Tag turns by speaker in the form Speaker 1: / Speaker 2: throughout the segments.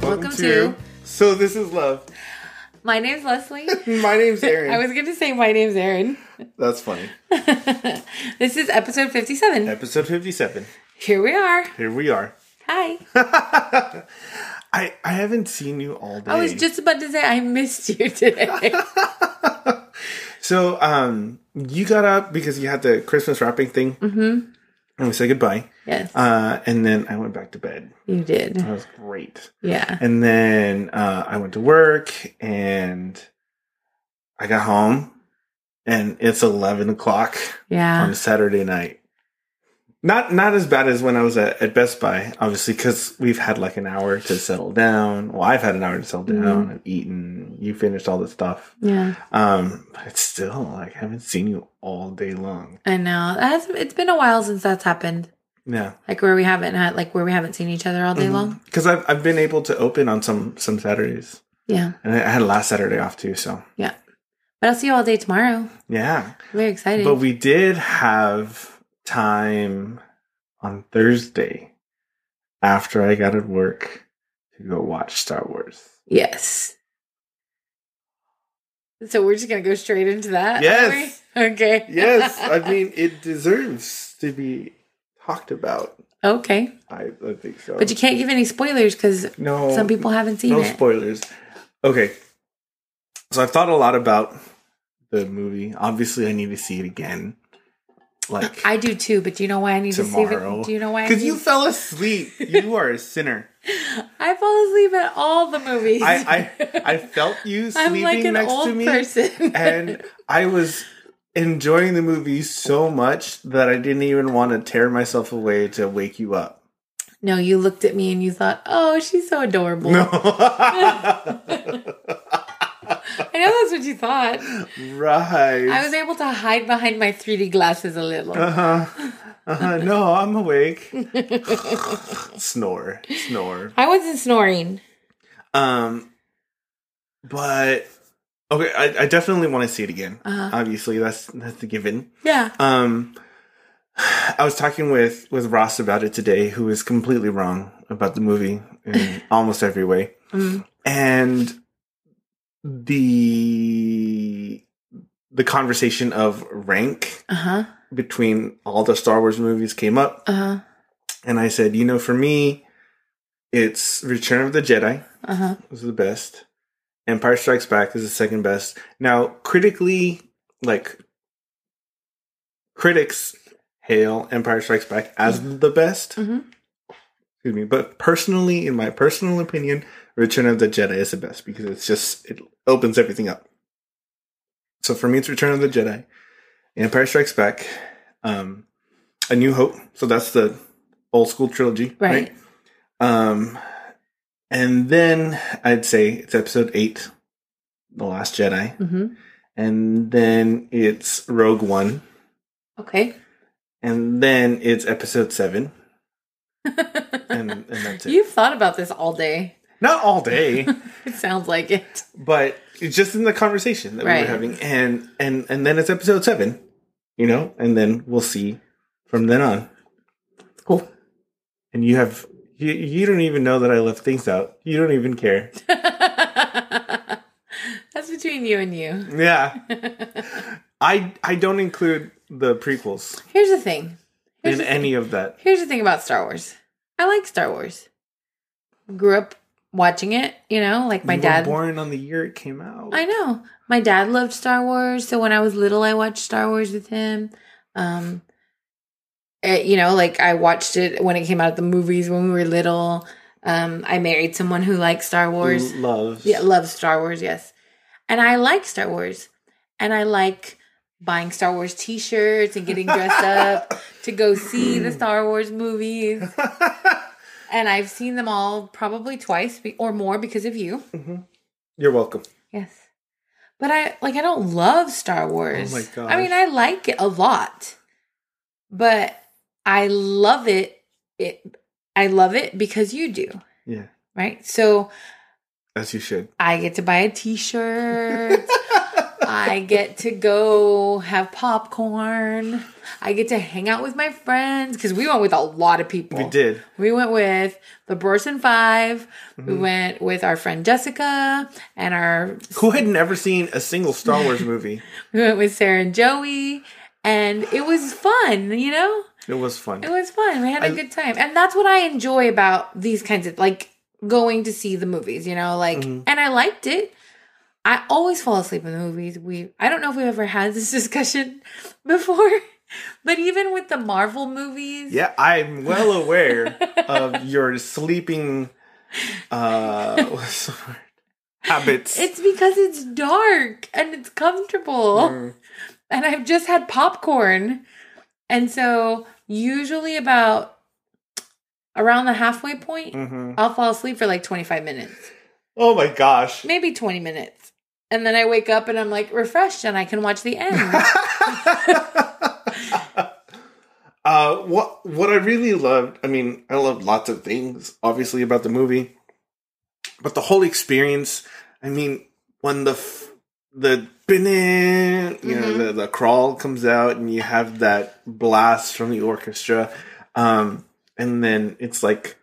Speaker 1: to
Speaker 2: to So This Is Love.
Speaker 1: My name's Leslie.
Speaker 2: My name's Aaron.
Speaker 1: I was going to say my name's Aaron.
Speaker 2: That's funny.
Speaker 1: This is episode 57.
Speaker 2: Episode 57.
Speaker 1: Here we are.
Speaker 2: Here we are.
Speaker 1: Hi.
Speaker 2: I, I haven't seen you all day.
Speaker 1: I was just about to say I missed you today.
Speaker 2: so um you got up because you had the Christmas wrapping thing. Mm-hmm. And we said goodbye.
Speaker 1: yes,
Speaker 2: Uh, and then I went back to bed.
Speaker 1: you did.
Speaker 2: That was great.
Speaker 1: Yeah.
Speaker 2: And then uh, I went to work and I got home and it's 11 o'clock
Speaker 1: Yeah.
Speaker 2: on Saturday night. Not not as bad as when I was at, at Best Buy, obviously, because we've had like an hour to settle down. Well, I've had an hour to settle
Speaker 1: Mm-hmm.
Speaker 2: down. I've eaten. You finished all the stuff.
Speaker 1: Yeah.
Speaker 2: Um, but it's still like I haven't seen you all day long.
Speaker 1: I know. That's, it's been a while since that's happened.
Speaker 2: Yeah,
Speaker 1: Like where we haven't had, like where we haven't seen each other all
Speaker 2: Mm-hmm.
Speaker 1: day long.
Speaker 2: because I've I've been able to open on some some Saturdays,
Speaker 1: Yeah.
Speaker 2: and I had last Saturday off too. So
Speaker 1: Yeah. But I'll see you all day tomorrow.
Speaker 2: yeah,
Speaker 1: Very excited.
Speaker 2: But we did have time on Thursday after I got at work to go watch Star Wars.
Speaker 1: yes. So we're just going to go straight into that? are
Speaker 2: Yes.
Speaker 1: we? Okay.
Speaker 2: Yes, I mean it deserves to be talked about.
Speaker 1: okay.
Speaker 2: I, I think so.
Speaker 1: But you can't give any spoilers because
Speaker 2: no
Speaker 1: some people haven't seen
Speaker 2: Oh, no
Speaker 1: it.
Speaker 2: spoilers. Okay. So I've thought a lot about the movie. Obviously I need to see it again. Like
Speaker 1: I do too, but do you know why I need to see
Speaker 2: tomorrow.
Speaker 1: it? Do you know why? I
Speaker 2: Because
Speaker 1: need-
Speaker 2: you fell asleep. You are a sinner.
Speaker 1: I fall asleep at all the movies.
Speaker 2: I, I I felt you
Speaker 1: I'm
Speaker 2: sleeping
Speaker 1: like an
Speaker 2: next
Speaker 1: old
Speaker 2: to me,
Speaker 1: person.
Speaker 2: and I was enjoying the movie so much that I didn't even want to tear myself away to wake you up.
Speaker 1: no, you looked at me and you thought, "Oh, she's so adorable."
Speaker 2: No,
Speaker 1: I know that's what you thought.
Speaker 2: right?
Speaker 1: I was able to hide behind my 3D glasses a little.
Speaker 2: uh-huh. Uh-huh. No, I'm awake. snore, snore.
Speaker 1: I wasn't snoring.
Speaker 2: Um, but okay, I, I definitely want to see it again.
Speaker 1: Uh-huh.
Speaker 2: Obviously, that's that's a given.
Speaker 1: Yeah.
Speaker 2: Um, I was talking with with Ross about it today, who is completely wrong about the movie in almost every way,
Speaker 1: Mm.
Speaker 2: and the the conversation of rank
Speaker 1: Uh huh.
Speaker 2: between all the Star Wars movies came up,
Speaker 1: Uh huh.
Speaker 2: and I said, you know, for me, it's Return of the Jedi
Speaker 1: Uh huh.
Speaker 2: was the best. Empire Strikes Back is the second best. Now, critically, like critics hail Empire Strikes Back as the best.
Speaker 1: Mhm.
Speaker 2: Excuse me, but personally, in my personal opinion, Return of the Jedi is the best because it's just it opens everything up. So for me, it's Return of the Jedi, Empire Strikes Back, um, A New Hope. So that's the old school trilogy,
Speaker 1: Right.
Speaker 2: um, and then I'd say it's episode eight, The Last Jedi,
Speaker 1: Mm-hmm.
Speaker 2: and then it's Rogue One,
Speaker 1: Okay.
Speaker 2: and then it's episode seven, and, and that's it.
Speaker 1: You've thought about this all day.
Speaker 2: Not all day,
Speaker 1: It sounds like it.
Speaker 2: but it's just in the conversation that we
Speaker 1: Right.
Speaker 2: were having, and and and then it's episode seven, you know, and then we'll see from then on.
Speaker 1: Cool.
Speaker 2: And you have you you don't even know that I left things out. You don't even care.
Speaker 1: That's between you and you.
Speaker 2: Yeah, I I don't include the prequels.
Speaker 1: Here's the thing. Here's
Speaker 2: in
Speaker 1: the-
Speaker 2: any of that.
Speaker 1: Here's the thing about Star Wars. I like Star Wars. Grew up watching it, you know, like my
Speaker 2: You were
Speaker 1: dad.
Speaker 2: born on the year it came out.
Speaker 1: I know. My dad loved Star Wars, so when I was little I watched Star Wars with him. Um eh, you know, like I watched it when it came out at the movies when we were little. Um I married someone who liked Star Wars.
Speaker 2: Love.
Speaker 1: Yeah, love Star Wars, yes. And I like Star Wars. And I like buying Star Wars t shirts and getting dressed up to go see the Star Wars movies. and I've seen them all probably twice be- or more because of you.
Speaker 2: Mm-hmm. You're welcome.
Speaker 1: Yes. But I like I don't love Star Wars.
Speaker 2: Oh my gosh.
Speaker 1: I mean, I like it a lot. But I love it it I love it because you do,
Speaker 2: Yeah,
Speaker 1: right? So
Speaker 2: as you should.
Speaker 1: I get to buy a t-shirt. I get to go have popcorn. I get to hang out with my friends because we went with a lot of people.
Speaker 2: We did.
Speaker 1: We went with the Burson 5 We went with our friend Jessica and our
Speaker 2: Who had never seen a single Star Wars movie?
Speaker 1: we went with Sarah and Joey, and it was fun. You know,
Speaker 2: It was fun.
Speaker 1: it was fun. We had a good time, and that's what I enjoy about these kinds of like going to see the movies. You know, like, and I liked it. I always fall asleep in the movies. We I don't know if we've ever had this discussion before, but even with the Marvel movies,
Speaker 2: Yeah, I'm well aware of your sleeping uh what's the word? habits.
Speaker 1: it's because it's dark and it's comfortable.
Speaker 2: Mm.
Speaker 1: and I've just had popcorn. And so usually about around the halfway point,
Speaker 2: Mhm.
Speaker 1: I'll fall asleep for like 25 minutes,
Speaker 2: Oh my gosh.
Speaker 1: maybe 20 minutes. And then I wake up and I'm like refreshed and I can watch the end.
Speaker 2: Uh, what what I really loved, I mean, I loved lots of things, obviously about the movie, but the whole experience. I mean, when the f- the bin, you know,
Speaker 1: Mhm.
Speaker 2: the, the crawl comes out, and you have that blast from the orchestra, um, and then it's like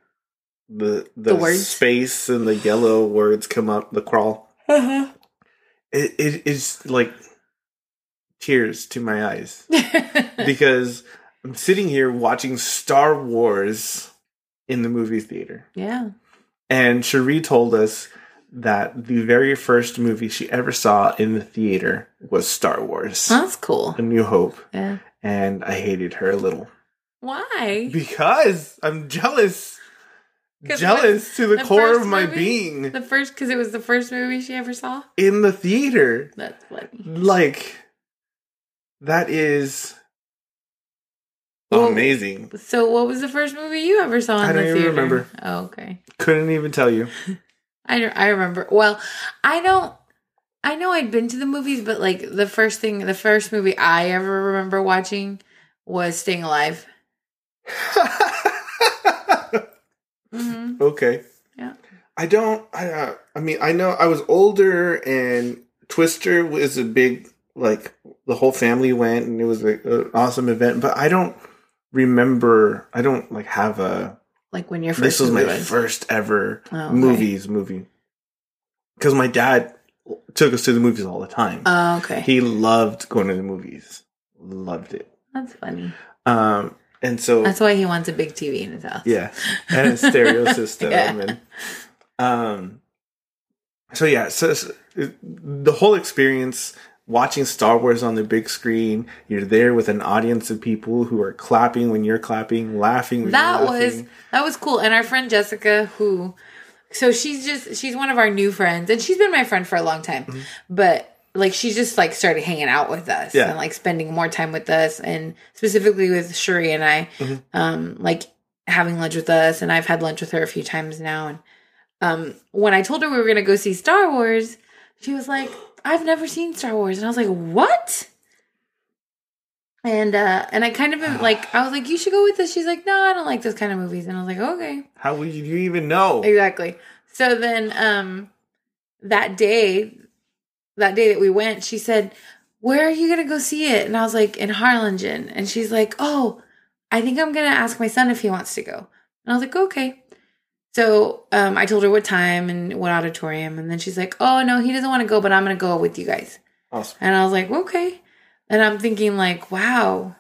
Speaker 2: the the,
Speaker 1: The words.
Speaker 2: space and the yellow words come up. The crawl, it it is like tears to my eyes because I'm sitting here watching Star Wars in the movie theater.
Speaker 1: yeah.
Speaker 2: And Cherie told us that the very first movie she ever saw in the theater was Star Wars
Speaker 1: That's cool.
Speaker 2: A New Hope.
Speaker 1: Yeah.
Speaker 2: And I hated her a little
Speaker 1: Why?
Speaker 2: because I'm jealous.
Speaker 1: 'Cause
Speaker 2: Jealous to the,
Speaker 1: the
Speaker 2: core of
Speaker 1: first
Speaker 2: my
Speaker 1: movie-
Speaker 2: being
Speaker 1: The first, because it was the first movie she ever saw.
Speaker 2: in the theater.
Speaker 1: That's funny.
Speaker 2: Like, that is
Speaker 1: Well,
Speaker 2: amazing.
Speaker 1: So, what was the first movie you ever saw in
Speaker 2: I don't
Speaker 1: the
Speaker 2: even
Speaker 1: theater?
Speaker 2: remember.
Speaker 1: Oh, okay.
Speaker 2: Couldn't even tell you.
Speaker 1: I don't- I remember. Well, I don't. I know I'd been to the movies, but like the first thing, the first movie I ever remember watching was Staying Alive.
Speaker 2: Mm-hmm.
Speaker 1: hmm
Speaker 2: okay.
Speaker 1: Yeah.
Speaker 2: I don't. I. Uh, I mean, I know I was older, and Twister was a big like the whole family went, and it was a, an awesome event. But I don't remember. I don't like have a.
Speaker 1: Like when your first.
Speaker 2: This was my
Speaker 1: movie
Speaker 2: first ever
Speaker 1: Oh, okay.
Speaker 2: movies movie because my dad took us to the movies all the time.
Speaker 1: Oh, okay.
Speaker 2: he loved going to the movies. Loved it.
Speaker 1: That's funny.
Speaker 2: Um, and so
Speaker 1: That's why he wants a big TV in his house.
Speaker 2: yeah and a stereo system
Speaker 1: Yeah.
Speaker 2: and um so yeah so, so it- the whole experience watching star wars on the big screen you're there with an audience of people who are clapping when you're clapping laughing when
Speaker 1: That
Speaker 2: you're
Speaker 1: was
Speaker 2: laughing.
Speaker 1: that was cool. And our friend Jessica, who, so she's just she's one of our new friends, and she's been my friend for a long time, but. Like she's just like started hanging out with us
Speaker 2: Yeah.
Speaker 1: and like spending more time with us and specifically with Shuri and I,
Speaker 2: Mhm.
Speaker 1: um, like having lunch with us and I've had lunch with her a few times now. And um, when I told her we were gonna go see Star Wars, she was like, "I've never seen Star Wars," and I was like, "What?" And uh, and I kind of been like, I was like, "You should go with us." She's like, "No, I don't like those kind of movies," and I was like, "Okay,
Speaker 2: how would you even know
Speaker 1: exactly." So then, um, that day, that day that we went, she said, "Where are you gonna go see it?" And I was like, "In Harlingen," and she's like, "Oh, I think I'm gonna ask my son if he wants to go." And I was like, "Okay." So um, I told her what time and what auditorium, and then she's like, "Oh no, he doesn't want to go, but I'm gonna go with you guys."
Speaker 2: awesome
Speaker 1: And I was like, "Okay." And I'm thinking like, "Wow,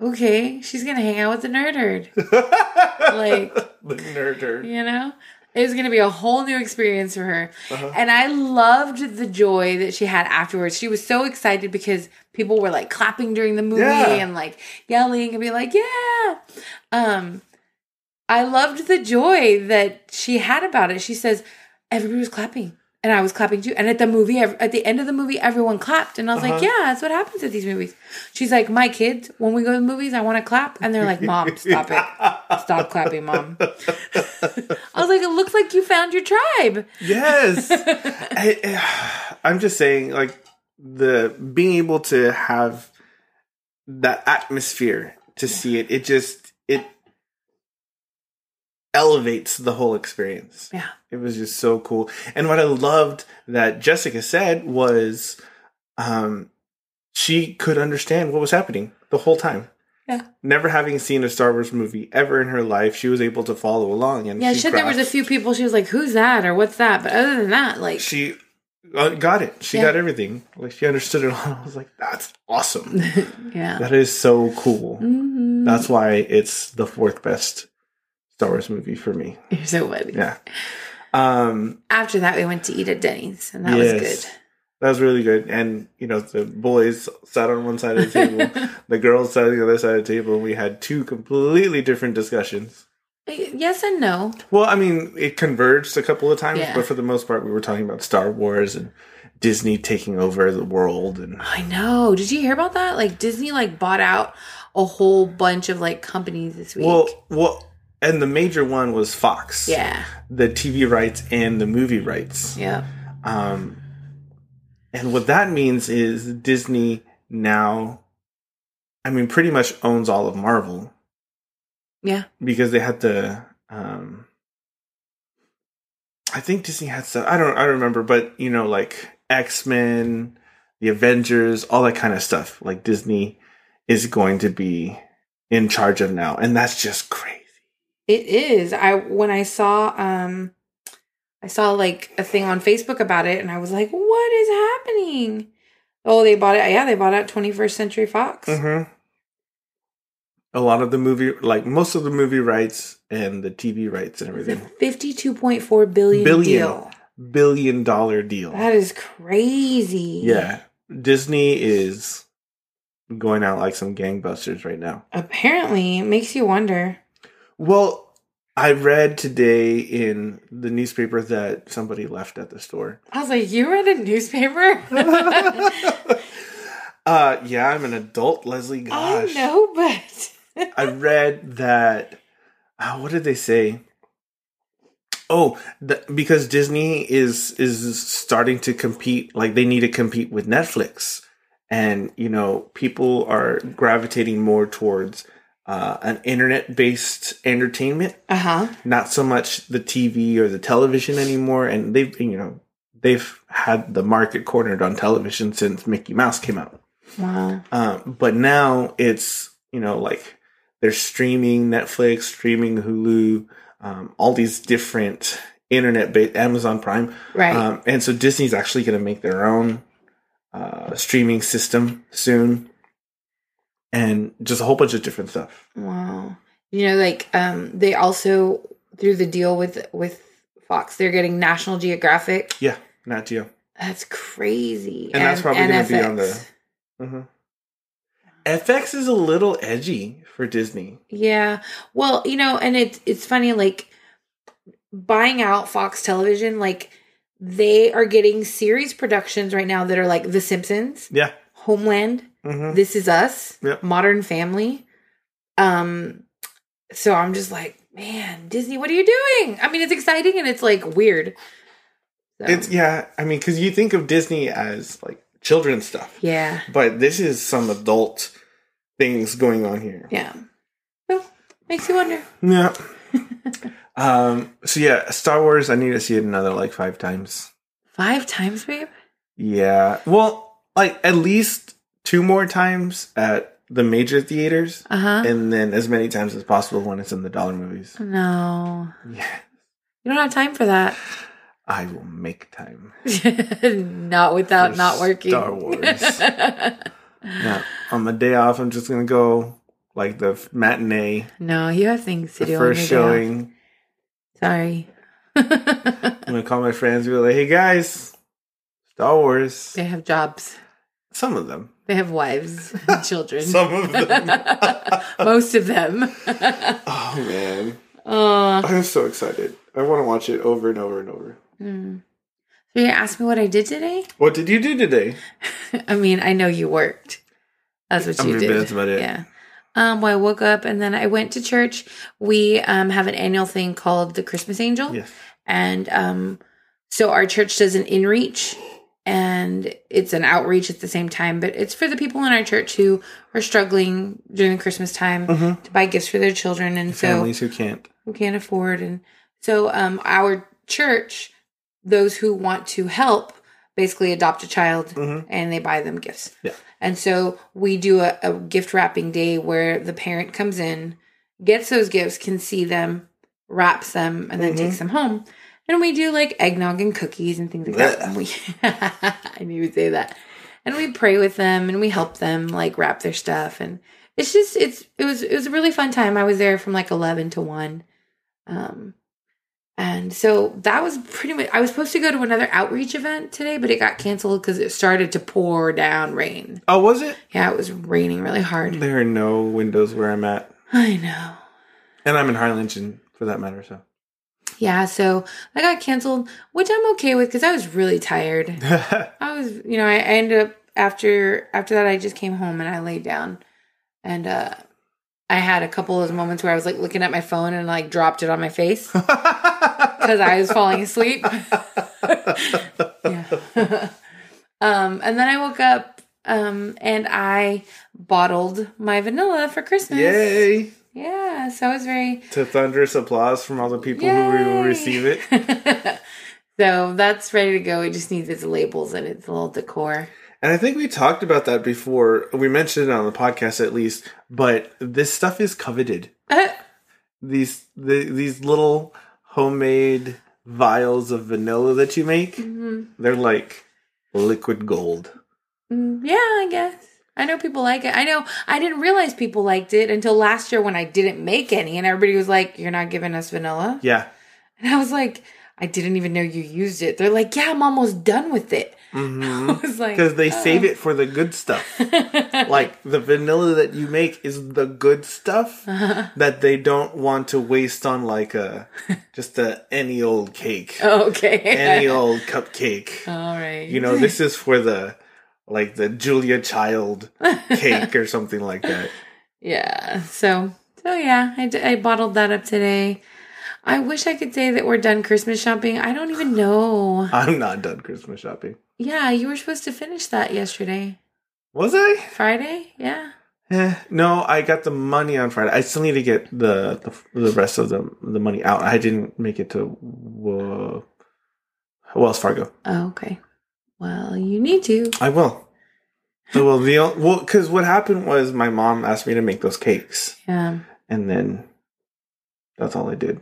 Speaker 1: okay, she's gonna hang out with the nerd herd." Like-
Speaker 2: the nerd
Speaker 1: You know, it was going to be a whole new experience for her.
Speaker 2: Uh-huh.
Speaker 1: And I loved the joy that she had afterwards. She was so excited because people were like clapping during the movie
Speaker 2: Yeah.
Speaker 1: and like yelling and be like, yeah. Um, I loved the joy that she had about it. She says, everybody was clapping. And I was clapping too. And at the movie, ev- at the end of the movie, everyone clapped. And I was like,
Speaker 2: Uh-huh.
Speaker 1: yeah, that's what happens at these movies. She's like, my kids, when we go to the movies, I want to clap. And they're like, mom, stop it. Stop clapping, mom. I was like, it looks like you found your tribe.
Speaker 2: Yes. I, eh, I'm just saying, like, the being able to have that atmosphere to see it, it just, it elevates the whole experience.
Speaker 1: Yeah.
Speaker 2: It was just so cool. And what I loved that Jessica said was um, she could understand what was happening the whole time.
Speaker 1: Yeah.
Speaker 2: Never having seen a Star Wars movie ever in her life, she was able to follow along. And
Speaker 1: Yeah,
Speaker 2: she
Speaker 1: shit. There was a
Speaker 2: grasped-
Speaker 1: few people. She was like, "Who's that?" or "What's that?" But other than that, like,
Speaker 2: She uh, got it. She
Speaker 1: Yeah.
Speaker 2: got everything. Like she understood it all. I was like, that's awesome.
Speaker 1: yeah.
Speaker 2: that is so cool.
Speaker 1: Mhm.
Speaker 2: That's why it's the fourth best Star Wars movie for me.
Speaker 1: You're so funny.
Speaker 2: Yeah. Um,
Speaker 1: After that, we went to eat at Denny's, and that
Speaker 2: Yes. that was really good. And, you know, the boys sat on one side of the
Speaker 1: was
Speaker 2: table,
Speaker 1: good.
Speaker 2: the girls sat on the other side of the table, and we had two completely different discussions.
Speaker 1: yes and no.
Speaker 2: Well, I mean, it converged a couple of times,
Speaker 1: Yeah.
Speaker 2: but for the most part, we were talking about Star Wars and Disney taking over the world. And
Speaker 1: I know. Did you hear about that? Like Disney like bought out a whole bunch of like companies this week.
Speaker 2: well, well, and the major one was Fox,
Speaker 1: yeah.
Speaker 2: the TV rights and the movie rights.
Speaker 1: Yeah.
Speaker 2: Um, and what that means is Disney now, I mean, pretty much owns all of Marvel
Speaker 1: Yeah.
Speaker 2: because they had the. Um, I think Disney had stuff. I don't. I don't remember, but you know, like X Men, the Avengers, all that kind of stuff. Like Disney is going to be in charge of now, and that's just crazy.
Speaker 1: It is. I when I saw um I saw like a thing on Facebook about it and I was like, "What is happening?" Oh, they bought it. Yeah, they bought out 21st Century Fox.
Speaker 2: Mm-hmm. A lot of the movie, like most of the movie rights and the TV rights and
Speaker 1: It's a
Speaker 2: everything,
Speaker 1: 52.4 billion,
Speaker 2: Billion.
Speaker 1: deal.
Speaker 2: billion dollar deal.
Speaker 1: That is crazy.
Speaker 2: yeah, Disney is going out like some gangbusters right now.
Speaker 1: Apparently, it makes you wonder.
Speaker 2: Well, I read today in the newspaper that somebody left at the store.
Speaker 1: I was like, "You read a newspaper?"
Speaker 2: uh, yeah, I'm an adult, Leslie.
Speaker 1: I
Speaker 2: Gosh,
Speaker 1: know, but
Speaker 2: I read that. Uh, what did they say? Oh, the, because Disney is is starting to compete. Like they need to compete with Netflix, and you know people are gravitating more towards uh, an internet based entertainment,
Speaker 1: Uh huh.
Speaker 2: not so much the TV or the television anymore. And they've you know they've had the market cornered on television since Mickey Mouse came out.
Speaker 1: Wow.
Speaker 2: Um, but now it's you know like they're streaming Netflix, streaming Hulu, um, all these different internet-based Amazon Prime,
Speaker 1: Right.
Speaker 2: um, and so Disney's actually going to make their own uh, streaming system soon, and just a whole bunch of different stuff.
Speaker 1: wow. You know, like um, they also through the deal with with Fox, they're getting National Geographic.
Speaker 2: Yeah, Nat Geo.
Speaker 1: That's crazy.
Speaker 2: And that's probably gonna be on
Speaker 1: NFX.
Speaker 2: hmm FX is a little edgy for Disney.
Speaker 1: Yeah. Well, you know, and it's it's funny like buying out Fox Television, like they are getting series productions right now that are like The Simpsons,
Speaker 2: Yeah.
Speaker 1: Homeland,
Speaker 2: Mm-hmm.
Speaker 1: This Is Us,
Speaker 2: Yep.
Speaker 1: Modern Family. Um, so I'm just like, man, Disney, what are you doing? I mean, it's exciting and it's like weird. So,
Speaker 2: It's yeah. I mean, because you think of Disney as like children's stuff.
Speaker 1: yeah,
Speaker 2: but this is some adult things going on here.
Speaker 1: yeah. So makes you wonder.
Speaker 2: Yeah. um. So yeah, Star Wars. I need to see it another like five times.
Speaker 1: Five times, babe.
Speaker 2: Yeah. Well, like at least two more times at the major theaters,
Speaker 1: Uh huh.
Speaker 2: and then as many times as possible when it's in the dollar movies.
Speaker 1: No,
Speaker 2: Yeah.
Speaker 1: you don't have time for that.
Speaker 2: I will make time.
Speaker 1: not without
Speaker 2: For
Speaker 1: not working.
Speaker 2: Star Wars. Yeah. On my day off, I'm just gonna go like the f- matinee,
Speaker 1: no, you have things to
Speaker 2: the
Speaker 1: do.
Speaker 2: first
Speaker 1: on your day off.
Speaker 2: showing.
Speaker 1: Sorry.
Speaker 2: I'm gonna call my friends. and Be like, hey guys, Star Wars.
Speaker 1: they have jobs.
Speaker 2: Some of them.
Speaker 1: They have wives, and children.
Speaker 2: Some of
Speaker 1: Most of them.
Speaker 2: oh man,
Speaker 1: oh.
Speaker 2: I'm so excited. I want to watch it over and over and over.
Speaker 1: Mm. So you asked me what I did today?
Speaker 2: What did you do today?
Speaker 1: I mean, I know you worked. That's what
Speaker 2: I
Speaker 1: you
Speaker 2: mean,
Speaker 1: did.
Speaker 2: that's about it.
Speaker 1: Yeah. Um, well, I woke up and then I went to church. We um, have an annual thing called the Christmas Angel.
Speaker 2: Yes.
Speaker 1: and um so our church does an inreach and it's an outreach at the same time but it's for the people in our church who are struggling during the christmas time
Speaker 2: Mhm.
Speaker 1: to buy gifts for their children and so
Speaker 2: Families who can't.
Speaker 1: who can't afford and so um our church those who want to help basically adopt a child
Speaker 2: Mhm.
Speaker 1: and they buy them gifts.
Speaker 2: Yeah.
Speaker 1: And so we do a, a gift wrapping day where the parent comes in, gets those gifts, can see them, wraps them, and then
Speaker 2: Mhm.
Speaker 1: takes them home. And we do like eggnog and cookies and things like that.
Speaker 2: Blech.
Speaker 1: And we I knew you would say that. And we pray with them and we help them like wrap their stuff and it's just it's it was it was a really fun time. I was there from like eleven to one. Um and so that was pretty much, I was supposed to go to another outreach event today, but it got canceled because it started to pour down rain.
Speaker 2: Oh, was it?
Speaker 1: Yeah, it was raining really hard.
Speaker 2: There are no windows where I'm at,
Speaker 1: I know.
Speaker 2: and I'm in Harlingen for that matter. So
Speaker 1: Yeah, so I got canceled, which I'm okay with because I was really tired. I was, you know, I, I ended up after after that I just came home and I laid down and uh I had a couple of those moments where I was like looking at my phone and like dropped it on my face because I was falling asleep. yeah. um, and then I woke up um, and I bottled my vanilla for Christmas.
Speaker 2: Yay!
Speaker 1: Yeah, so I was very.
Speaker 2: To thunderous applause from all the people who will
Speaker 1: Yay!
Speaker 2: receive it.
Speaker 1: so that's ready to go. It just needs its labels and its little decor.
Speaker 2: And I think we talked about that before. We mentioned it on the podcast at least, but this stuff is coveted.
Speaker 1: Uh,
Speaker 2: These the, these little homemade vials of vanilla that you make,
Speaker 1: Mhm.
Speaker 2: they're like liquid gold.
Speaker 1: Mm, Yeah, I guess. I know people like it. I know I didn't realize people liked it until last year when I didn't make any and everybody was like, You're not giving us vanilla?
Speaker 2: Yeah.
Speaker 1: And I was like, I didn't even know you used it. They're like, Yeah, I'm almost done with it.
Speaker 2: Mhm.
Speaker 1: I was like,
Speaker 2: Because they save it for the good stuff. like the vanilla that you make is the good stuff that they don't want to waste on like a just a any old cake,
Speaker 1: Oh, Okay.
Speaker 2: any old cupcake.
Speaker 1: All right.
Speaker 2: You know, this is for the like the Julia Child cake or something like that.
Speaker 1: Yeah. So, so yeah, I, d- I bottled that up today. I wish I could say that we're done Christmas shopping. I don't even know.
Speaker 2: I'm not done Christmas shopping.
Speaker 1: Yeah, you were supposed to finish that yesterday.
Speaker 2: Was I?
Speaker 1: Friday? Yeah.
Speaker 2: Eh, no, I got the money on Friday. I still need to get the the, the rest of the the money out. I didn't make it to uh, Wells Fargo.
Speaker 1: Oh, okay. Well, you need to.
Speaker 2: I will. I will. The o- well, because what happened was my mom asked me to make those cakes,
Speaker 1: Yeah.
Speaker 2: and then that's all I did.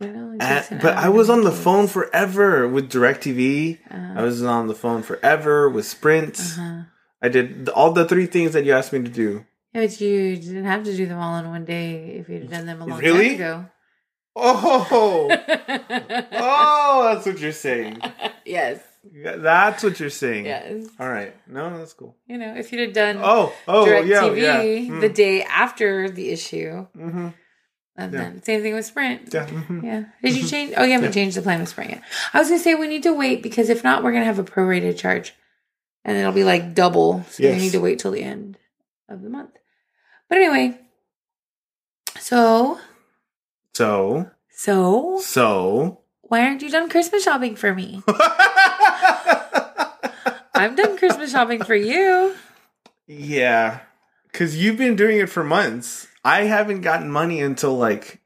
Speaker 1: It only takes
Speaker 2: And-
Speaker 1: an
Speaker 2: Uh, but
Speaker 1: hour
Speaker 2: I was
Speaker 1: to
Speaker 2: on the
Speaker 1: do it.
Speaker 2: phone forever with Directv.
Speaker 1: Uh,
Speaker 2: I was on the phone forever with Sprint.
Speaker 1: uh-huh.
Speaker 2: I did th- all the three things that you asked me to do.
Speaker 1: Yeah, but you didn't have to do them all in one day if you'd have done them a long
Speaker 2: Really?
Speaker 1: time
Speaker 2: Oh,
Speaker 1: ago.
Speaker 2: oh, that's what you're saying.
Speaker 1: yes.
Speaker 2: That's what you're saying.
Speaker 1: Yes.
Speaker 2: All right. No, that's cool.
Speaker 1: You know, if you'd have done
Speaker 2: Oh, oh,
Speaker 1: Direct
Speaker 2: yeah,
Speaker 1: TV
Speaker 2: yeah. Hmm.
Speaker 1: the day after the issue,
Speaker 2: mm-hmm.
Speaker 1: and
Speaker 2: Yeah.
Speaker 1: then same thing with Sprint.
Speaker 2: Yeah. mhm.
Speaker 1: Yeah. Did you change? Oh, you haven't changed the plan with Sprint yet. I was gonna say we need to wait because if not, we're gonna have a prorated charge, and it'll be like double. So
Speaker 2: Yes.
Speaker 1: we need to wait till the end of the month. But anyway, so
Speaker 2: So,
Speaker 1: so
Speaker 2: so.
Speaker 1: why aren't you done Christmas shopping for me? I'm done Christmas shopping for you.
Speaker 2: yeah. Cause you've been doing it for months. I haven't gotten money until like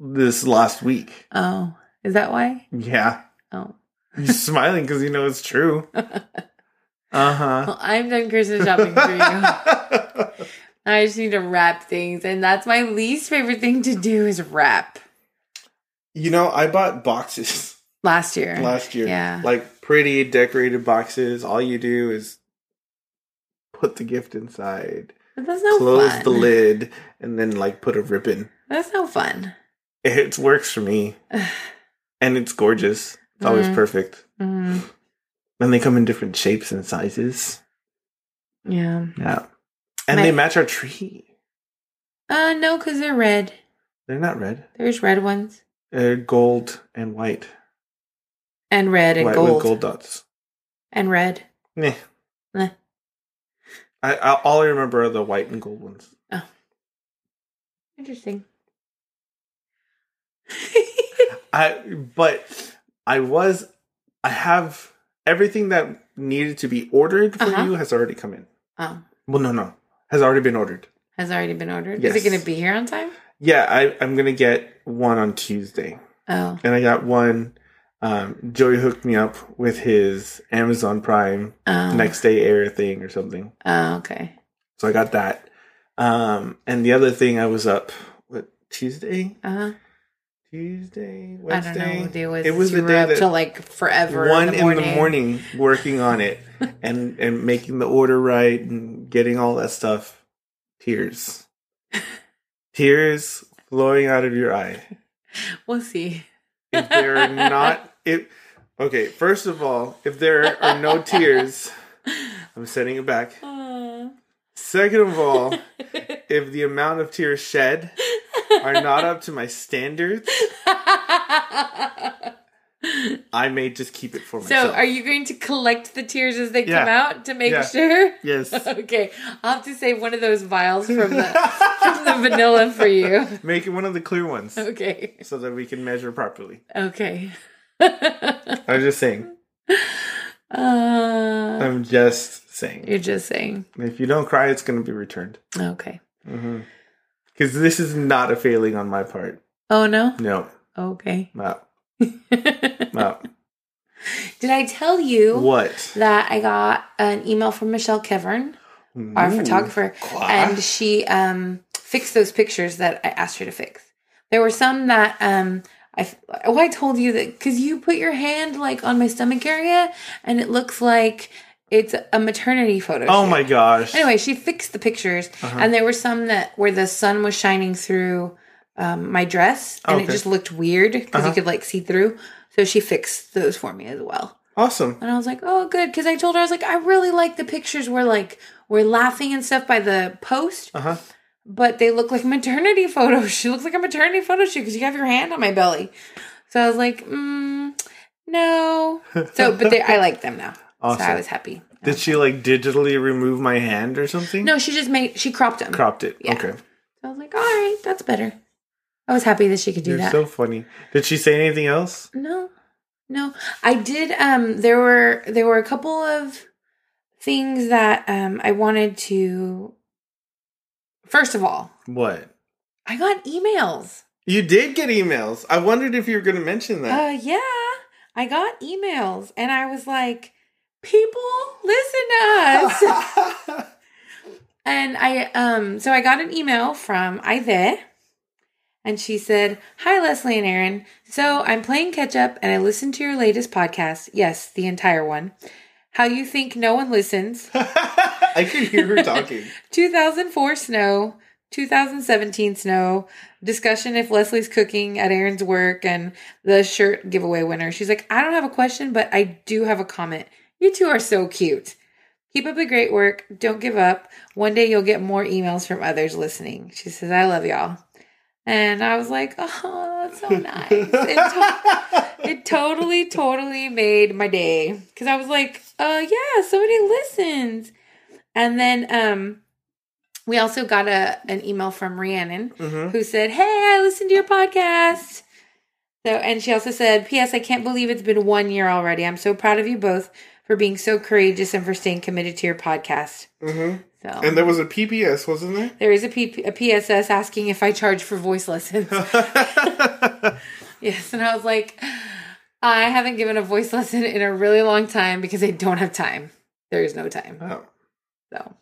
Speaker 2: this last week.
Speaker 1: Oh, is that why?
Speaker 2: Yeah.
Speaker 1: Oh.
Speaker 2: You're smiling because you know it's true. Uh
Speaker 1: Well, I'm done Christmas shopping for you.
Speaker 2: huh.
Speaker 1: I just need to wrap things, and that's my least favorite thing to do is wrap.
Speaker 2: you know, I bought boxes
Speaker 1: Last year,
Speaker 2: last year.
Speaker 1: yeah,
Speaker 2: Like pretty decorated boxes. All you do is put the gift inside,
Speaker 1: but that's no
Speaker 2: close
Speaker 1: fun.
Speaker 2: the lid, and then like put a ribbon.
Speaker 1: That's no fun.
Speaker 2: It works for me. and it's gorgeous. It's always
Speaker 1: Mhm.
Speaker 2: perfect.
Speaker 1: Mm,
Speaker 2: And they come in different shapes and sizes.
Speaker 1: yeah.
Speaker 2: Yeah. And
Speaker 1: My-
Speaker 2: they match our tree.
Speaker 1: Uh, no, because they're red.
Speaker 2: They're not red.
Speaker 1: There's red ones
Speaker 2: They're gold and white.
Speaker 1: and red and
Speaker 2: white
Speaker 1: gold,
Speaker 2: with gold dots.
Speaker 1: and red.
Speaker 2: Meh.
Speaker 1: Meh.
Speaker 2: I, I all I remember are the white and gold ones.
Speaker 1: Interesting.
Speaker 2: I but I was I have everything that needed to be ordered for
Speaker 1: Uh-huh.
Speaker 2: you has already come in.
Speaker 1: oh,
Speaker 2: Well no no. Has already been ordered.
Speaker 1: has already been ordered. Is
Speaker 2: Yes.
Speaker 1: it going to be here on time?
Speaker 2: Yeah, I, I'm gonna get one on Tuesday.
Speaker 1: Oh,
Speaker 2: and I got one Um, Joey hooked me up with his Amazon Prime
Speaker 1: Um,
Speaker 2: next day air thing or something.
Speaker 1: Oh, okay.
Speaker 2: So I got that. Um, and the other thing I was up what Tuesday,
Speaker 1: Uh huh.
Speaker 2: Tuesday,
Speaker 1: I
Speaker 2: Wednesday.
Speaker 1: don't know what day it was.
Speaker 2: It was
Speaker 1: you
Speaker 2: the
Speaker 1: were
Speaker 2: day
Speaker 1: up
Speaker 2: that
Speaker 1: till like forever.
Speaker 2: one
Speaker 1: in the morning.
Speaker 2: working on it and and making the order right and getting all that stuff. Tears, tears flowing out of your eye.
Speaker 1: We'll see.
Speaker 2: If there are not, if okay, first of all, if there are no tears, I'm sending it back. Oh,
Speaker 1: Uh.
Speaker 2: Second of all, if the amount of tears shed are not up to my standards, I may just keep it for myself.
Speaker 1: so, are you going to collect the tears as they
Speaker 2: Yeah.
Speaker 1: come out to make
Speaker 2: Yeah.
Speaker 1: sure?
Speaker 2: yes.
Speaker 1: Okay, I'll have to save one of those vials from the from the vanilla for you.
Speaker 2: Make it one of the clear ones
Speaker 1: Okay,
Speaker 2: so that we can measure properly.
Speaker 1: okay.
Speaker 2: I'm just saying.
Speaker 1: Uh,
Speaker 2: I'm just saying.
Speaker 1: you're just saying.
Speaker 2: If you don't cry, it's going to be returned.
Speaker 1: Okay.
Speaker 2: Because this is not a failing on my part.
Speaker 1: Oh no.
Speaker 2: No,
Speaker 1: Okay.
Speaker 2: no, no.
Speaker 1: Did I tell you
Speaker 2: what?
Speaker 1: that I got an email from Michelle Kevern? our
Speaker 2: Ooh.
Speaker 1: photographer,
Speaker 2: Qua.
Speaker 1: and she um, fixed those pictures that I asked her to fix. There were some that um, I f- oh I told you that because you put your hand like on my stomach area, and it looks like it's a maternity photo.
Speaker 2: Oh
Speaker 1: shoot.
Speaker 2: my gosh.
Speaker 1: Anyway, she fixed the pictures,
Speaker 2: Uh-huh.
Speaker 1: and there were some that where the sun was shining through um, my dress, and it
Speaker 2: Oh, Okay.
Speaker 1: just looked weird because
Speaker 2: Uh-huh.
Speaker 1: you could like see through. So she fixed those for me as well.
Speaker 2: Awesome.
Speaker 1: And I was like, oh, good. Cause I told her, I was like, I really like the pictures where like we're laughing and stuff by the post,
Speaker 2: Uh huh.
Speaker 1: but they look like maternity photos. She looks like a maternity photo shoot because you have your hand on my belly. So I was like, mm, no. So, but they, I like them now. So I
Speaker 2: Awesome.
Speaker 1: was happy.
Speaker 2: Did she like digitally remove my hand or something?
Speaker 1: No, she just made, she cropped them.
Speaker 2: Cropped it.
Speaker 1: Yeah.
Speaker 2: Okay.
Speaker 1: So I was like, all right, that's better. I was happy that she could do
Speaker 2: You're
Speaker 1: that.
Speaker 2: so funny. Did she say anything else?
Speaker 1: No, no. I did. Um, there were there were a couple of things that um I wanted to. First of all,
Speaker 2: What?
Speaker 1: I got emails.
Speaker 2: You did get emails. I wondered if you were going to mention that.
Speaker 1: Uh, yeah, I got emails, and I was like, people, listen to us. And I um so I got an email from Ive and she said, Hi Leslie and Aaron. So I'm playing catch up and I listened to your latest podcast. Yes, the entire one. How you think no one listens.
Speaker 2: I could hear her talking.
Speaker 1: 2004 snow, 2017 snow, discussion if Leslie's cooking at Aaron's work and the shirt giveaway winner. She's like, I don't have a question, but I do have a comment. You two are so cute. Keep up the great work. Don't give up. One day you'll get more emails from others listening. She says, I love y'all. And I was like, oh, that's so nice. It to- it totally, totally made my day because I was like, "Oh yeah, somebody listens." And then um, we also got a an email from Rhiannon
Speaker 2: Mhm.
Speaker 1: who said, "Hey, I listened to your podcast." So, and she also said, "P.S. I can't believe it's been one year already. I'm so proud of you both for being so courageous and for staying committed to your podcast."
Speaker 2: Mhm.
Speaker 1: So,
Speaker 2: And there was a PPS, wasn't there?
Speaker 1: there is a, P- a PSS asking if I charge for voice lessons. Yes, and I was like, I haven't given a voice lesson in a really long time because I don't have time. There is no time.
Speaker 2: oh,
Speaker 1: So,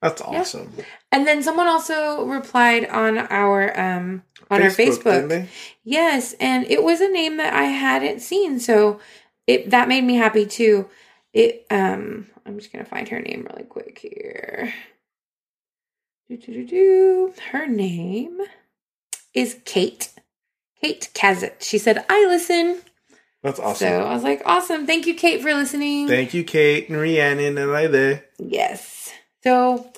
Speaker 2: that's awesome.
Speaker 1: and then someone also replied on our um on our
Speaker 2: didn't
Speaker 1: Facebook.
Speaker 2: they?
Speaker 1: Yes, and it was a name that I hadn't seen, so it that made me happy too. It um I'm just gonna find her name really quick here. Do do do do. Her name is Kate. Kate Kazit. She said, I listen.
Speaker 2: That's awesome.
Speaker 1: So I was like, awesome. Thank you, Kate, for listening.
Speaker 2: Thank you, Kate and Rhiannon and I there.
Speaker 1: yes. So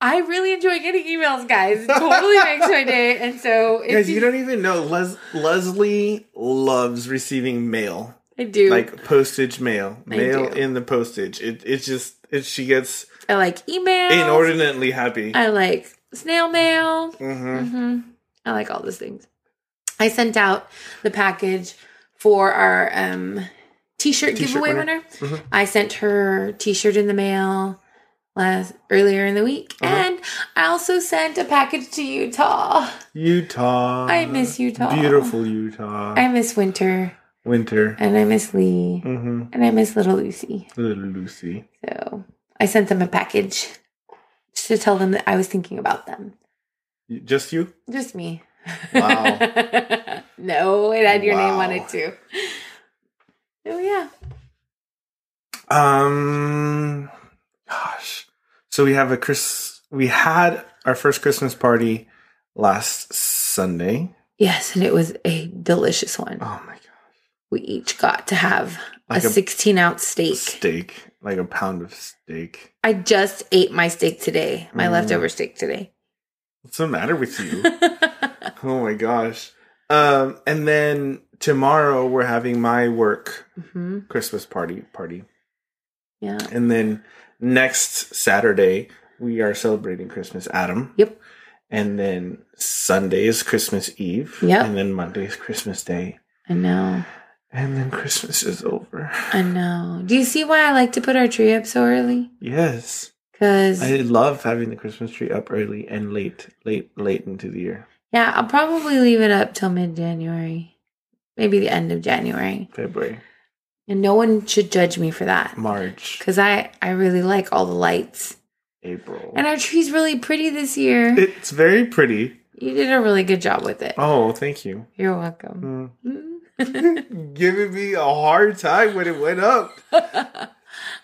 Speaker 1: I really enjoy getting emails, guys. It totally makes my day. And so if
Speaker 2: Guys,
Speaker 1: you,
Speaker 2: you don't even know. Les- Leslie loves receiving mail,
Speaker 1: I do.
Speaker 2: like postage mail,
Speaker 1: I
Speaker 2: mail
Speaker 1: do.
Speaker 2: in the postage. It, it's just, it, she gets
Speaker 1: I like emails.
Speaker 2: inordinately happy.
Speaker 1: I like snail mail.
Speaker 2: hmm
Speaker 1: hmm I like all those things. I sent out the package for our um,
Speaker 2: T-shirt
Speaker 1: t-shirt, giveaway
Speaker 2: winner.
Speaker 1: winner.
Speaker 2: Mhm.
Speaker 1: I sent her t-shirt in the mail last earlier in the week,
Speaker 2: Uh-huh.
Speaker 1: and I also sent a package to Utah.
Speaker 2: Utah.
Speaker 1: I miss Utah.
Speaker 2: Um, Beautiful Utah.
Speaker 1: I miss winter.
Speaker 2: Winter.
Speaker 1: and I miss Lee,
Speaker 2: Mm-hmm.
Speaker 1: and I miss little Lucy.
Speaker 2: Little Lucy.
Speaker 1: So I sent them a package just to tell them that I was thinking about them.
Speaker 2: You- Just you?
Speaker 1: Just me.
Speaker 2: Wow.
Speaker 1: no, it had your name
Speaker 2: Wow.
Speaker 1: on it too. Oh yeah.
Speaker 2: Um, gosh. So we have a Chris. We had our first Christmas party last Sunday.
Speaker 1: Yes, and it was a delicious one.
Speaker 2: Oh my god!
Speaker 1: We each got to have
Speaker 2: Like
Speaker 1: a,
Speaker 2: a
Speaker 1: 16 ounce steak.
Speaker 2: steak, like a pound of steak.
Speaker 1: I just ate my steak today, my
Speaker 2: Mm.
Speaker 1: leftover steak today. Mm-hmm.
Speaker 2: What's the matter with you? oh my gosh! Um, and then tomorrow we're having my work
Speaker 1: hmm
Speaker 2: Christmas party party,
Speaker 1: Yeah.
Speaker 2: and then next Saturday we are celebrating Christmas. Adam.
Speaker 1: Yep.
Speaker 2: And then Sunday is Christmas Eve.
Speaker 1: Yep.
Speaker 2: And then Monday is Christmas Day.
Speaker 1: I know.
Speaker 2: And then Christmas is over.
Speaker 1: I know. Do you see why I like to put our tree up so early?
Speaker 2: Yes.
Speaker 1: Because,
Speaker 2: I love having the Christmas tree up early and late, late, late into the year.
Speaker 1: yeah, I'll probably leave it up till mid January, maybe the end of January.
Speaker 2: February,
Speaker 1: And no one should judge me for that.
Speaker 2: March,
Speaker 1: Because I, I really like all the lights.
Speaker 2: April.
Speaker 1: And our tree's really pretty this year.
Speaker 2: It's very pretty.
Speaker 1: you did a really good job with it.
Speaker 2: Oh, thank you.
Speaker 1: You're welcome. Mm-hmm.
Speaker 2: Mm. Giving me a hard time when it went up.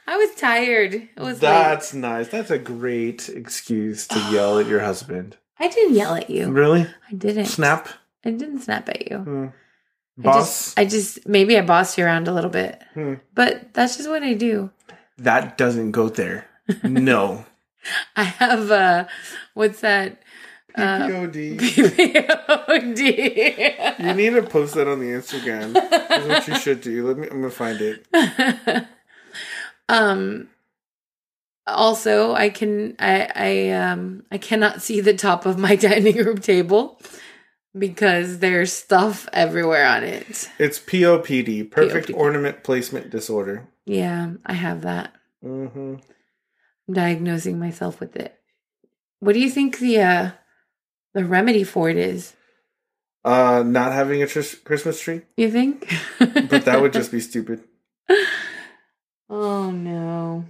Speaker 1: I was tired. It was like
Speaker 2: That's nice. That's a great excuse to yell at your husband.
Speaker 1: I didn't yell at you.
Speaker 2: Really?
Speaker 1: I didn't
Speaker 2: Snap?
Speaker 1: I didn't snap at you.
Speaker 2: Mm. Boss?
Speaker 1: Boss. I just, maybe I bossed you around a little bit,
Speaker 2: Hmm.
Speaker 1: but that's just what I do.
Speaker 2: That doesn't go there. No.
Speaker 1: I have uh, what's that? Uh,
Speaker 2: PPOD.
Speaker 1: PPOD.
Speaker 2: You need to post that on the Instagram. That's what you should do. Let me. I'm gonna find it.
Speaker 1: um. Also, I can I I um I cannot see the top of my dining room table because there's stuff everywhere on it.
Speaker 2: It's POPD, perfect
Speaker 1: POPD.
Speaker 2: ornament placement disorder.
Speaker 1: Yeah, I have that.
Speaker 2: Mm-hmm.
Speaker 1: I'm diagnosing myself with it. What do you think the uh the remedy for it is?
Speaker 2: Uh, not having a tris- Christmas tree,
Speaker 1: You think?
Speaker 2: but that would just be stupid.
Speaker 1: Oh no.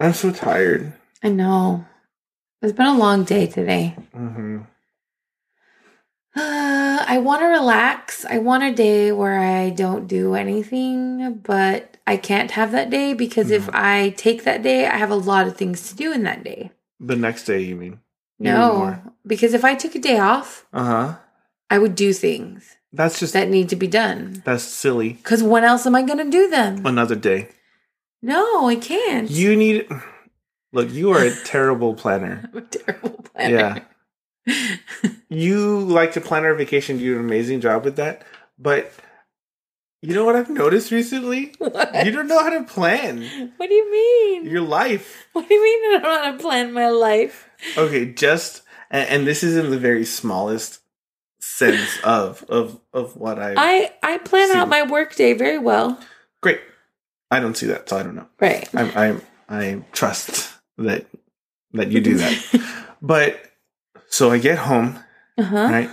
Speaker 2: I'm so tired.
Speaker 1: I know. It's been a long day today.
Speaker 2: Mm-hmm.
Speaker 1: Uh, I want to relax. I want a day where I don't do anything, but I can't have that day because if
Speaker 2: Mm-hmm.
Speaker 1: I take that day, I have a lot of things to do in that day.
Speaker 2: The next day, you mean? Even
Speaker 1: No,
Speaker 2: more.
Speaker 1: because if I took a day off,
Speaker 2: Uh huh.
Speaker 1: I would do things
Speaker 2: That's just
Speaker 1: that need to be done.
Speaker 2: that's silly.
Speaker 1: Because when else am I going to do them?
Speaker 2: Another day.
Speaker 1: No, I can't.
Speaker 2: You need. Look, you are a terrible planner.
Speaker 1: I'm a terrible planner.
Speaker 2: Yeah. you like to plan our vacation. You do an amazing job with that. But you know what I've noticed recently?
Speaker 1: What?
Speaker 2: You don't know how to plan
Speaker 1: What do you mean?
Speaker 2: your life.
Speaker 1: what do you mean I don't know how to plan my life?
Speaker 2: Okay, just and, and this is in the very smallest sense of of of what I
Speaker 1: I I plan out my workday very well.
Speaker 2: great. I don't see that, so I don't know.
Speaker 1: Right.
Speaker 2: I'm I'm I trust that that you do that. but so I get home
Speaker 1: Uh huh.
Speaker 2: right,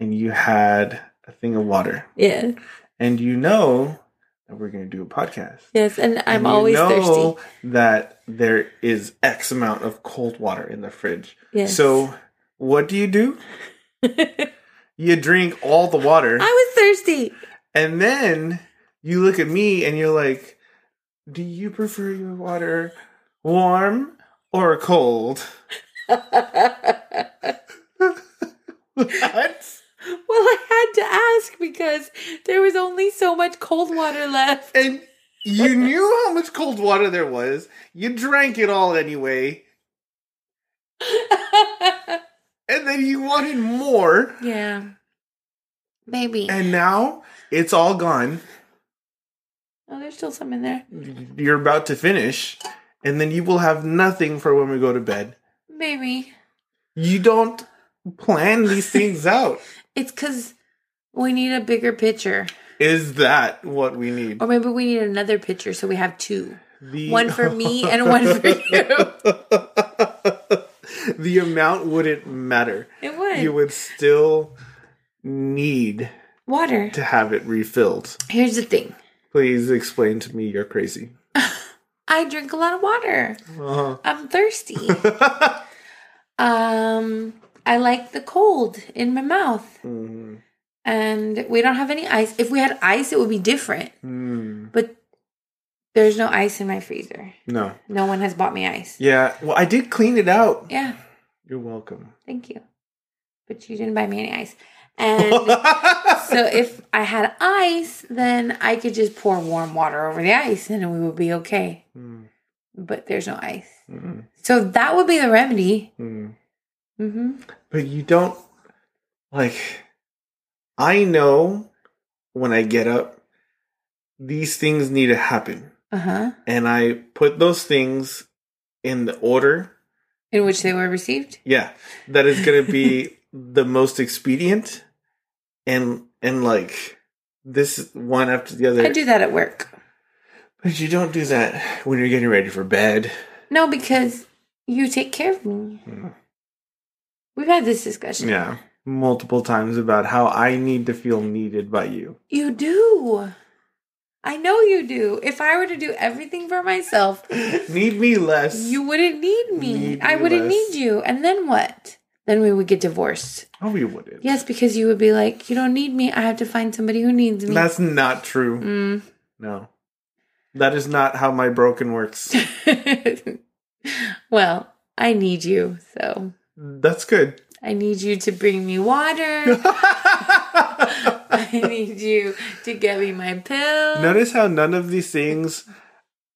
Speaker 2: and you had a thing of water,
Speaker 1: Yeah.
Speaker 2: and you know that we're going to do a podcast.
Speaker 1: Yes, and
Speaker 2: And
Speaker 1: I'm
Speaker 2: you
Speaker 1: always thirsty.
Speaker 2: That there is X amount of cold water in the fridge.
Speaker 1: Yes.
Speaker 2: So what do you do? you drink all the water,
Speaker 1: I was thirsty.
Speaker 2: and then you look at me and you're like, "Do you prefer your water warm or cold?" what?
Speaker 1: Well, I had to ask because there was only so much cold water left.
Speaker 2: And you knew how much cold water there was. You drank it all anyway, and then you wanted more.
Speaker 1: yeah. Maybe.
Speaker 2: And now it's all gone.
Speaker 1: Oh, there's still some in there.
Speaker 2: You're about to finish, and then you will have nothing for when we go to bed.
Speaker 1: Maybe.
Speaker 2: You don't plan these things out.
Speaker 1: It's because we need a bigger pitcher.
Speaker 2: Is that what we need?
Speaker 1: Or maybe we need another pitcher so we have two.
Speaker 2: The-
Speaker 1: One for me and one for you.
Speaker 2: the amount wouldn't matter.
Speaker 1: It would.
Speaker 2: You would still need
Speaker 1: water.
Speaker 2: to have it refilled.
Speaker 1: Here's the thing.
Speaker 2: Please explain to me you're crazy.
Speaker 1: I drink a lot of water.
Speaker 2: Uh-huh.
Speaker 1: I'm thirsty. um I like the cold in my mouth.
Speaker 2: Mm.
Speaker 1: And we don't have any ice. If we had ice, it would be different.
Speaker 2: Mm.
Speaker 1: But there's no ice in my freezer.
Speaker 2: No.
Speaker 1: No one has bought me ice.
Speaker 2: Yeah. Well, I did clean it out.
Speaker 1: Yeah,
Speaker 2: You're welcome.
Speaker 1: thank you. But you didn't buy me any ice. And so if I had ice, then I could just pour warm water over the ice and we would be okay.
Speaker 2: Mm,
Speaker 1: But there's no ice.
Speaker 2: mm,
Speaker 1: So that would be the remedy.
Speaker 2: mm.
Speaker 1: hmm
Speaker 2: But you don't like. I know when I get up, these things need to happen,
Speaker 1: Uh huh.
Speaker 2: and I put those things in the order.
Speaker 1: In which they were received.
Speaker 2: Yeah, that is going to be the most expedient, and and like this one after the other.
Speaker 1: I do that at work.
Speaker 2: But you don't do that when you're getting ready for bed.
Speaker 1: No, because you take care of me.
Speaker 2: Mm.
Speaker 1: We've had this discussion.
Speaker 2: Yeah, multiple times about how I need to feel needed by you.
Speaker 1: You do. I know you do. If I were to do everything for myself,
Speaker 2: Need me less.
Speaker 1: you wouldn't need me.
Speaker 2: Need
Speaker 1: I
Speaker 2: you
Speaker 1: wouldn't
Speaker 2: less.
Speaker 1: need you. And then what? Then we would get divorced.
Speaker 2: oh, you wouldn't.
Speaker 1: Yes, because you would be like, you don't need me. I have to find somebody who needs me.
Speaker 2: That's not true.
Speaker 1: Mm.
Speaker 2: No. That is not how my broken works.
Speaker 1: well, I need you. So
Speaker 2: That's good.
Speaker 1: I need you to bring me water. I need you to get me my pill.
Speaker 2: Notice how none of these things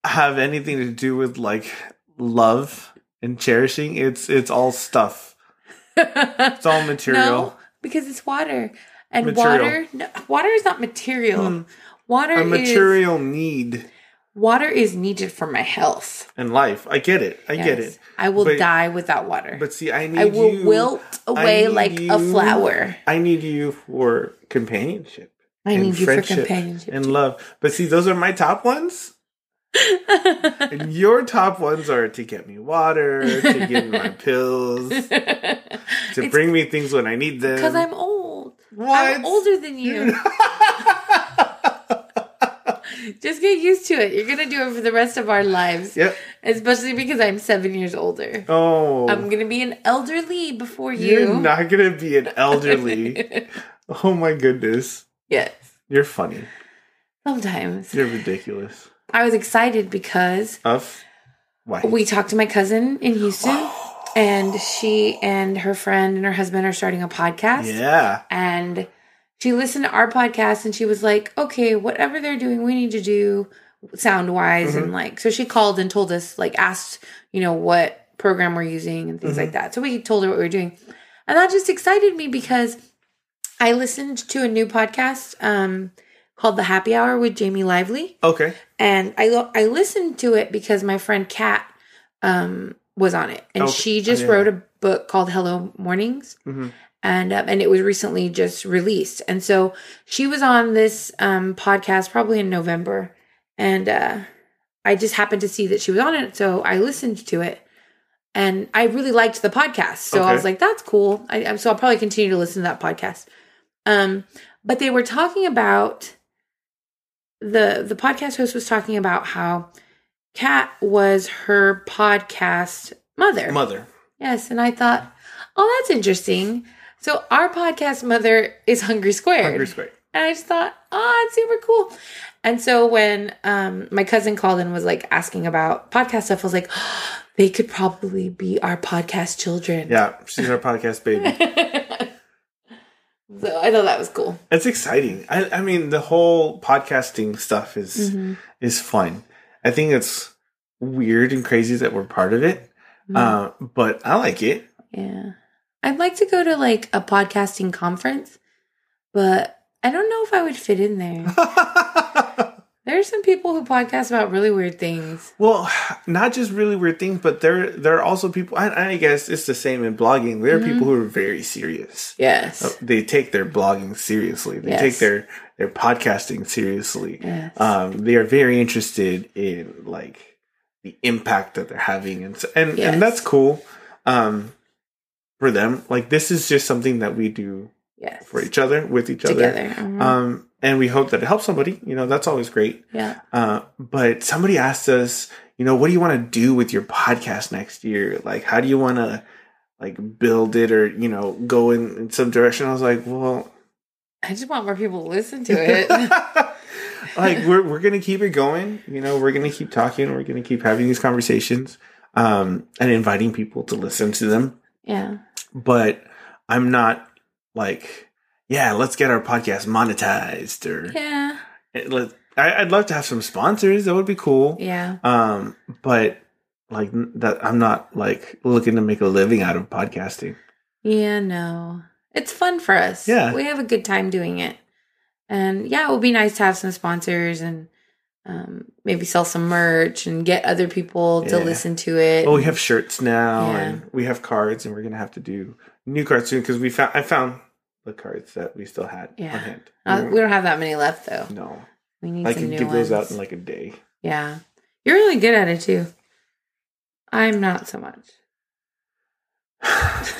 Speaker 2: have anything to do with like love and cherishing. It's it's all stuff. It's all material.
Speaker 1: No, because it's water. And
Speaker 2: Material. Hmm.
Speaker 1: water no, water is not material. Water
Speaker 2: A
Speaker 1: is
Speaker 2: material need
Speaker 1: water is needed for my health.
Speaker 2: in life. I get it. I get
Speaker 1: Yes.
Speaker 2: it.
Speaker 1: I will
Speaker 2: But-
Speaker 1: die without water.
Speaker 2: But see, I need
Speaker 1: I will
Speaker 2: you.
Speaker 1: wilt away
Speaker 2: need
Speaker 1: like a
Speaker 2: you.
Speaker 1: flower.
Speaker 2: I need you for companionship.
Speaker 1: I
Speaker 2: and
Speaker 1: need you for
Speaker 2: friendship
Speaker 1: companionship.
Speaker 2: and love. But see, those are my top ones. and your top ones are to get me water, to give me my pills, to bring me things when I need them.
Speaker 1: Because I'm old.
Speaker 2: What?
Speaker 1: I'm older than you. Just get used to it. You're gonna do it for the rest of our lives.
Speaker 2: Yep.
Speaker 1: Especially because I'm seven years older.
Speaker 2: Oh,
Speaker 1: I'm gonna be an elderly before you.
Speaker 2: you're not gonna be an elderly. oh my goodness,
Speaker 1: Yes.
Speaker 2: you're funny.
Speaker 1: Sometimes.
Speaker 2: You're ridiculous.
Speaker 1: I was excited because
Speaker 2: Of why?
Speaker 1: we talked to my cousin in Houston and she and her friend and her husband are starting a podcast.
Speaker 2: yeah.
Speaker 1: And she listened to our podcast and she was like, okay, whatever they're doing, we need to do sound wise. And like, so she called and told us, like, asked, you know, what program we're using and things like that. So we told her what we were doing. And that just excited me because I listened to a new podcast um, called The Happy Hour with Jamie Lively
Speaker 2: Okay.
Speaker 1: and I lo- I listened to it because my friend Kat um, was on it, and
Speaker 2: Okay. Oh,
Speaker 1: she just
Speaker 2: Yeah.
Speaker 1: wrote a book called Hello Mornings,
Speaker 2: Mhm.
Speaker 1: and um, and it was recently just released, and so she was on this um, podcast probably in November, and uh, I just happened to see that she was on it, so I listened to it. And I really liked the podcast, so I
Speaker 2: Okay.
Speaker 1: was like, "That's cool." I, I'm- so I'll probably continue to listen to that podcast. Um, but they were talking about the the podcast host was talking about how Kat was her podcast mother.
Speaker 2: Mother.
Speaker 1: Yes, and I thought, oh, that's interesting. So our podcast mother is Hungry Squared,
Speaker 2: Hungry Square.
Speaker 1: and I just thought, oh, it's super cool. And so when um, my cousin called and was like asking about podcast stuff, I was like, they could probably be our podcast children.
Speaker 2: Yeah, she's our podcast baby.
Speaker 1: So I thought that was cool.
Speaker 2: It's exciting. I, I mean, the whole podcasting stuff is is fun. I think it's weird and crazy that we're part of it, uh, but I like it.
Speaker 1: Yeah. I'd like to go to like a podcasting conference, but I don't know if I would fit in there. there are some people who podcast about really weird things.
Speaker 2: well, not just really weird things, but there there are also people. I, I guess it's the same in blogging. There are people who are very serious.
Speaker 1: Yes.
Speaker 2: They take their blogging seriously. They
Speaker 1: Yes.
Speaker 2: take their their podcasting seriously.
Speaker 1: Yes.
Speaker 2: um, they are very interested in like the impact that they're having and so, and,
Speaker 1: Yes.
Speaker 2: and that's cool um, for them like this is just something that we do
Speaker 1: Yes.
Speaker 2: for each other, with each other.
Speaker 1: Together. Mhm.
Speaker 2: Um, and we hope that it helps somebody. You know, that's always great.
Speaker 1: yeah.
Speaker 2: Uh, but somebody asked us, you know, what do you want to do with your podcast next year? Like, how do you want to like build it or, you know, go in, in some direction? I was like, well,
Speaker 1: I just want more people to listen to it.
Speaker 2: like we're, we're going to keep it going. You know, we're going to keep talking. We're going to keep having these conversations, um, and inviting people to listen to them.
Speaker 1: yeah.
Speaker 2: But I'm not like, yeah, let's get our podcast monetized or
Speaker 1: Yeah.
Speaker 2: it- let- I, I'd love to have some sponsors. That would be cool.
Speaker 1: Yeah.
Speaker 2: Um, but like n- that, I'm not like looking to make a living out of podcasting.
Speaker 1: Yeah, no. It's fun for us.
Speaker 2: Yeah.
Speaker 1: We have a good time doing it. And yeah, it would be nice to have some sponsors and um, maybe sell some merch and get other people to
Speaker 2: Yeah.
Speaker 1: listen to it.
Speaker 2: Well, Oh, we have shirts now,
Speaker 1: Yeah.
Speaker 2: and we have cards, and we're gonna have to do new cards soon because we found I found the cards that we still had
Speaker 1: Yeah.
Speaker 2: on hand.
Speaker 1: Uh, we don't have that many left though.
Speaker 2: no,
Speaker 1: We need
Speaker 2: I
Speaker 1: some
Speaker 2: can
Speaker 1: new
Speaker 2: give
Speaker 1: ones.
Speaker 2: those out in like a day.
Speaker 1: yeah. You're really good at it too. I'm not so much.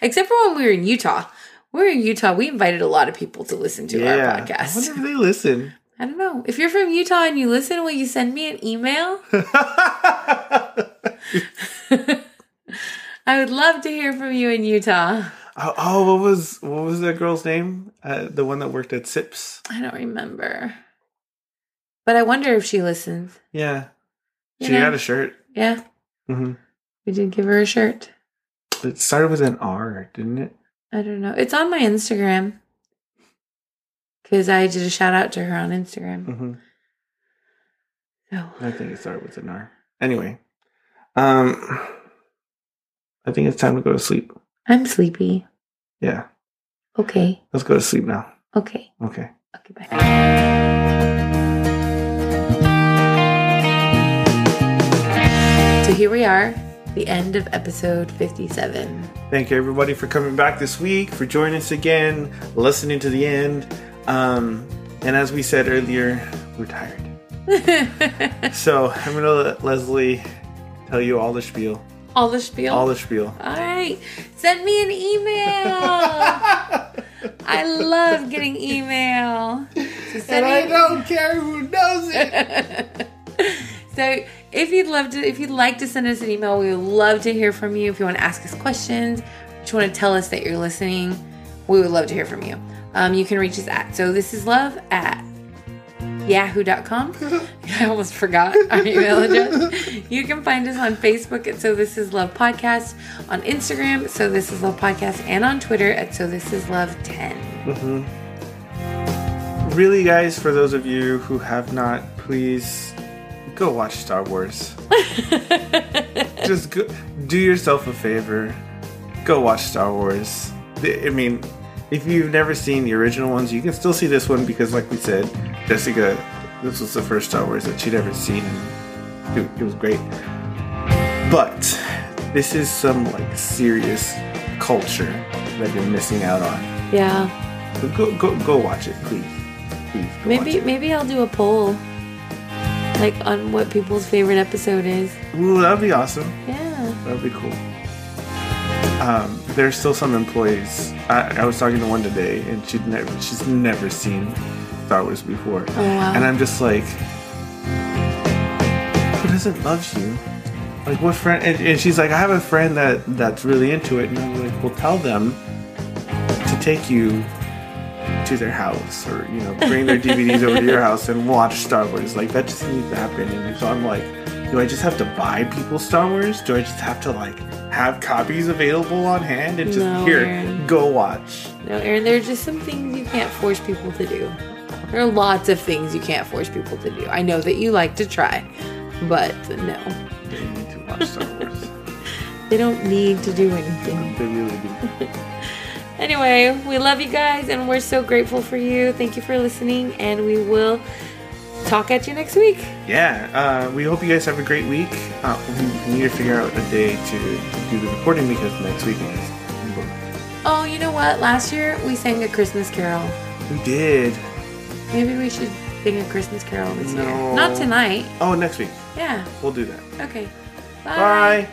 Speaker 1: Except for when we were in Utah. We were in Utah. We invited a lot of people to listen to our
Speaker 2: I
Speaker 1: podcast.
Speaker 2: wonder if they listen.
Speaker 1: I don't know. If you're from Utah and you listen, will you send me an email? I would love to hear from you in Utah.
Speaker 2: oh, oh, what was what was that girl's name? Uh, the one that worked at Sips.
Speaker 1: I don't remember. But I wonder if she listens.
Speaker 2: Yeah,
Speaker 1: You
Speaker 2: she
Speaker 1: know?
Speaker 2: had a shirt.
Speaker 1: Yeah,
Speaker 2: hmm
Speaker 1: we did give her a shirt.
Speaker 2: It started with an R, didn't it?
Speaker 1: I don't know. It's on my Instagram. Because I did a shout out to her on Instagram.
Speaker 2: hmm
Speaker 1: So,
Speaker 2: I think it started with an R. Anyway, um, I think it's time to go to sleep.
Speaker 1: I'm sleepy.
Speaker 2: Yeah,
Speaker 1: Okay.
Speaker 2: let's go to sleep now.
Speaker 1: Okay.
Speaker 2: Okay.
Speaker 1: Okay, bye. So here we are, the end of episode 57.
Speaker 2: Thank you everybody for coming back this week, for joining us again, listening to the end. Um, and as we said earlier, we're tired. So I'm gonna let Leslie tell you all the spiel.
Speaker 1: All the spiel.
Speaker 2: All the spiel.
Speaker 1: All right. Send me an email. I love getting email. So send me-
Speaker 2: don't care who knows it.
Speaker 1: So if you'd love to, if you'd like to send us an email, we would love to hear from you. If you want to ask us questions, if you want to tell us that you're listening, we would love to hear from you. Um, you can reach us at so this is love at yahoo.com. I almost forgot our email address. You can find us on Facebook at So This Is Love Podcast, on Instagram, So This Is Love Podcast, and on Twitter at So This Is Love 10.
Speaker 2: Really, guys, for those of you who have not, please go watch Star Wars. Just go, do yourself a favor. Go watch Star Wars. The- I mean, if you've never seen the original ones, you can still see this one because, like we said, Jessica, this was the first Star Wars that she'd ever seen. and It, it was great. But this is some like serious culture that you're missing out on.
Speaker 1: Yeah.
Speaker 2: So go go go watch it, please. Please. Go watch
Speaker 1: Maybe
Speaker 2: it.
Speaker 1: maybe I'll do a poll. Like on what people's favorite episode is.
Speaker 2: Ooh, that'd be awesome.
Speaker 1: Yeah.
Speaker 2: That'd be cool. Um, there's still some employees. I, I was talking to one today, and she'd never, she's never seen Star Wars before.
Speaker 1: Oh, wow.
Speaker 2: And I'm just like, who doesn't love you? Like, what friend? And, and she's like, I have a friend that that's really into it, and I'm like, well, tell them to take you to their house, or you know, bring their DVDs over to your house and watch Star Wars. Like, that just needs to happen. And so I'm like, do I just have to buy people Star Wars? Do I just have to like have copies available on hand and just
Speaker 1: No,
Speaker 2: here,
Speaker 1: Aaron.
Speaker 2: go watch?
Speaker 1: No, Aaron, there are just some things you can't force people to do. There are lots of things you can't force people to do. I know that you like to try, but no.
Speaker 2: They need to watch Star Wars.
Speaker 1: They don't need to do anything.
Speaker 2: they really do.
Speaker 1: Anyway, we love you guys and we're so grateful for you. Thank you for listening and we will talk at you next week.
Speaker 2: yeah, uh, we hope you guys have a great week. Uh, we need to figure out a day to do the recording because next week is.
Speaker 1: Oh, you know what? Last year we sang a Christmas carol.
Speaker 2: We did.
Speaker 1: Maybe we should sing a Christmas carol this year.
Speaker 2: No.
Speaker 1: Not tonight.
Speaker 2: Oh, next week.
Speaker 1: Yeah.
Speaker 2: We'll do that.
Speaker 1: Okay.
Speaker 2: Bye.